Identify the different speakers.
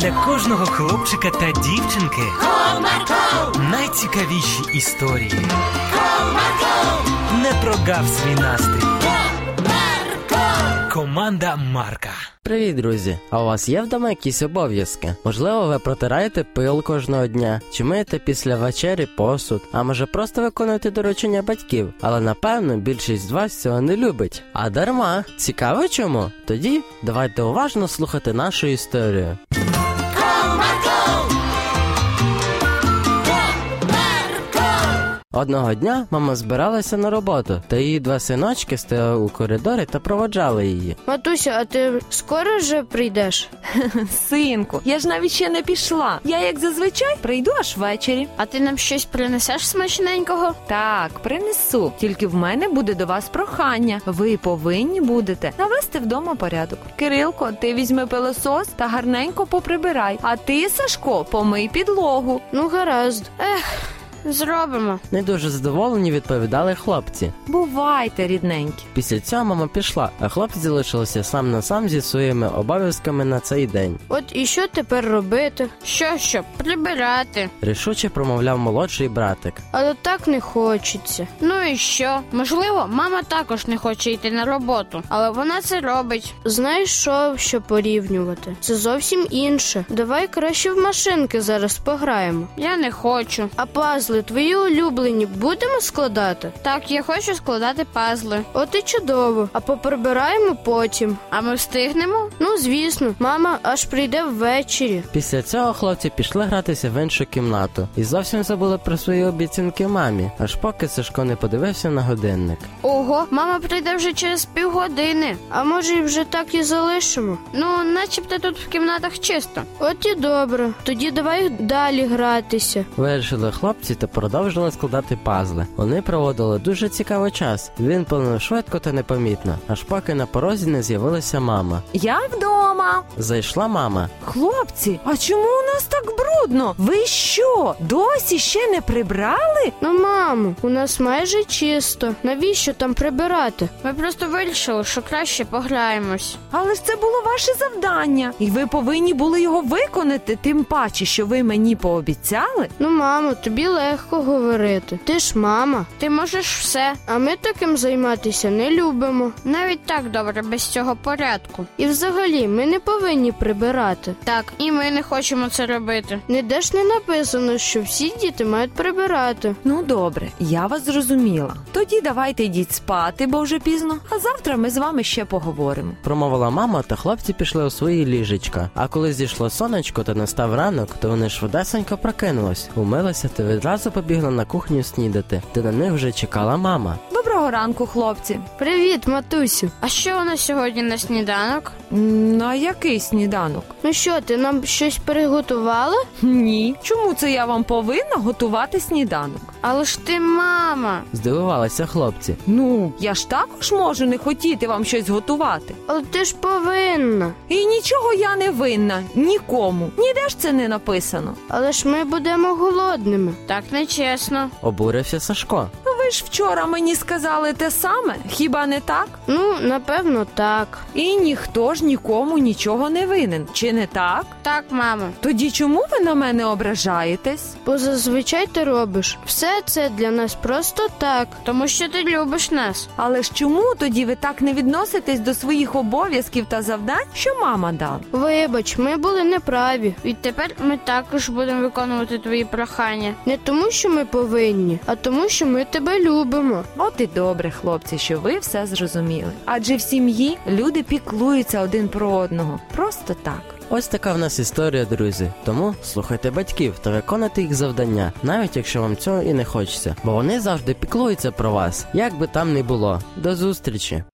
Speaker 1: для кожного хлопчика та дівчинки найцікавіші історії. Не прогав свій настрій. Команда Марка.
Speaker 2: Привіт, друзі! А у вас є вдома якісь обов'язки? Можливо, ви протираєте пил кожного дня, чи миєте після вечері посуд, а може просто виконуєте доручення батьків, але напевно більшість з вас цього не любить. А дарма, цікаво чому? Тоді давайте уважно слухати нашу історію. Одного дня мама збиралася на роботу, та її два синочки стояли у коридорі та проводжали її.
Speaker 3: Матуся, а ти скоро вже прийдеш?
Speaker 4: Синку, я ж навіть ще не пішла. Я як зазвичай прийду аж ввечері.
Speaker 3: А ти нам щось принесеш смачненького?
Speaker 4: Так, принесу. Тільки в мене буде до вас прохання. Ви повинні будете навести вдома порядок. Кирилко, ти візьми пилосос та гарненько поприбирай. А ти, Сашко, помий підлогу.
Speaker 3: Ну, гаразд. Ех, зробимо.
Speaker 2: Не дуже задоволені відповідали хлопці.
Speaker 4: Бувайте, рідненькі.
Speaker 2: Після цього мама пішла, а хлопці залишилися сам на сам зі своїми обов'язками на цей день.
Speaker 3: От і що тепер робити? Що що, прибирати.
Speaker 2: Рішуче промовляв молодший братик.
Speaker 3: Але так не хочеться. Ну і що? Можливо, мама також не хоче йти на роботу, але вона це робить. Знаєш що, що порівнювати? Це зовсім інше. Давай краще в машинки зараз пограємо. Я не хочу. А пазли твої улюблені будемо складати? Так, я хочу складати пазли. От і чудово. А поприбираємо потім. А ми встигнемо? Ну звісно, мама аж прийде ввечері.
Speaker 2: Після цього хлопці пішли гратися в іншу кімнату і зовсім забули про свої обіцянки мамі, аж поки Сашко не подивився на годинник.
Speaker 3: Ого, мама прийде вже через півгодини. А може, і вже так і залишимо? Ну, начебто тут в кімнатах чисто. От і добре. Тоді давай далі гратися.
Speaker 2: Вирішили хлопці та продовжили складати пазли. Вони проводили дуже цікавий час. Він плинув швидко та непомітно, аж поки на порозі не з'явилася мама.
Speaker 4: Я вдома.
Speaker 2: Зайшла мама.
Speaker 4: Хлопці, а чому у нас так брудно? Ви що, досі ще не прибрали?
Speaker 3: Ну, мамо, у нас майже чисто. Навіщо там прибирати? Ми просто вирішили, що краще пограємось.
Speaker 4: Але ж це було ваше завдання, і ви повинні були його виконати, тим паче, що ви мені пообіцяли.
Speaker 3: Ну, мамо, тобі легко говорити. Ти ж мама. Ти можеш все. А ми таким займатися не любимо. Навіть так добре без цього порядку. І взагалі ми не повинні прибирати. Так, і ми не хочемо це робити. Ніде ж не написано, що всі діти мають прибирати.
Speaker 4: Ну добре, я вас зрозуміла. Тоді давайте йдіть спати, бо вже пізно. А завтра ми з вами ще поговоримо.
Speaker 2: Промовила мама, та хлопці пішли у свої ліжечка. А коли зійшло сонечко та настав ранок, то вони швидесенько прокинулись, умилися та відразу побігли на кухню снідати, де на них вже чекала мама.
Speaker 4: Доброго ранку, хлопці.
Speaker 3: Привіт, матусю. А що у нас сьогодні на сніданок?
Speaker 4: На який сніданок?
Speaker 3: Ну що, ти нам щось приготувала?
Speaker 4: Ні. Чому це я вам повинна готувати сніданок?
Speaker 3: Але ж ти мама.
Speaker 2: Здивувалися хлопці.
Speaker 4: Ну, я ж також можу не хотіти вам щось готувати.
Speaker 3: Але ти ж повинна.
Speaker 4: І нічого я не винна нікому. Ніде ж це не написано.
Speaker 3: Але ж ми будемо голодними. Так не чесно.
Speaker 2: Обурився Сашко.
Speaker 4: Ви ж вчора мені сказали те саме, хіба не так?
Speaker 3: Ну, напевно, так.
Speaker 4: І ніхто ж нікому нічого не винен, чи не так?
Speaker 3: Так, мамо.
Speaker 4: Тоді чому ви на мене ображаєтесь?
Speaker 3: Бо зазвичай ти робиш все це для нас просто так, тому що ти любиш нас.
Speaker 4: Але ж чому тоді ви так не відноситесь до своїх обов'язків та завдань, що мама дала?
Speaker 3: Вибач, ми були неправі. І тепер ми також будемо виконувати твої прохання. Не тому, що ми повинні, а тому, що ми тебе любимо.
Speaker 4: От і добре, хлопці, що ви все зрозуміли. Адже в сім'ї люди піклуються один про одного. Просто так.
Speaker 2: Ось така в нас історія, друзі. Тому слухайте батьків та виконуйте їх завдання, навіть якщо вам цього і не хочеться, бо вони завжди піклуються про вас, як би там не було. До зустрічі!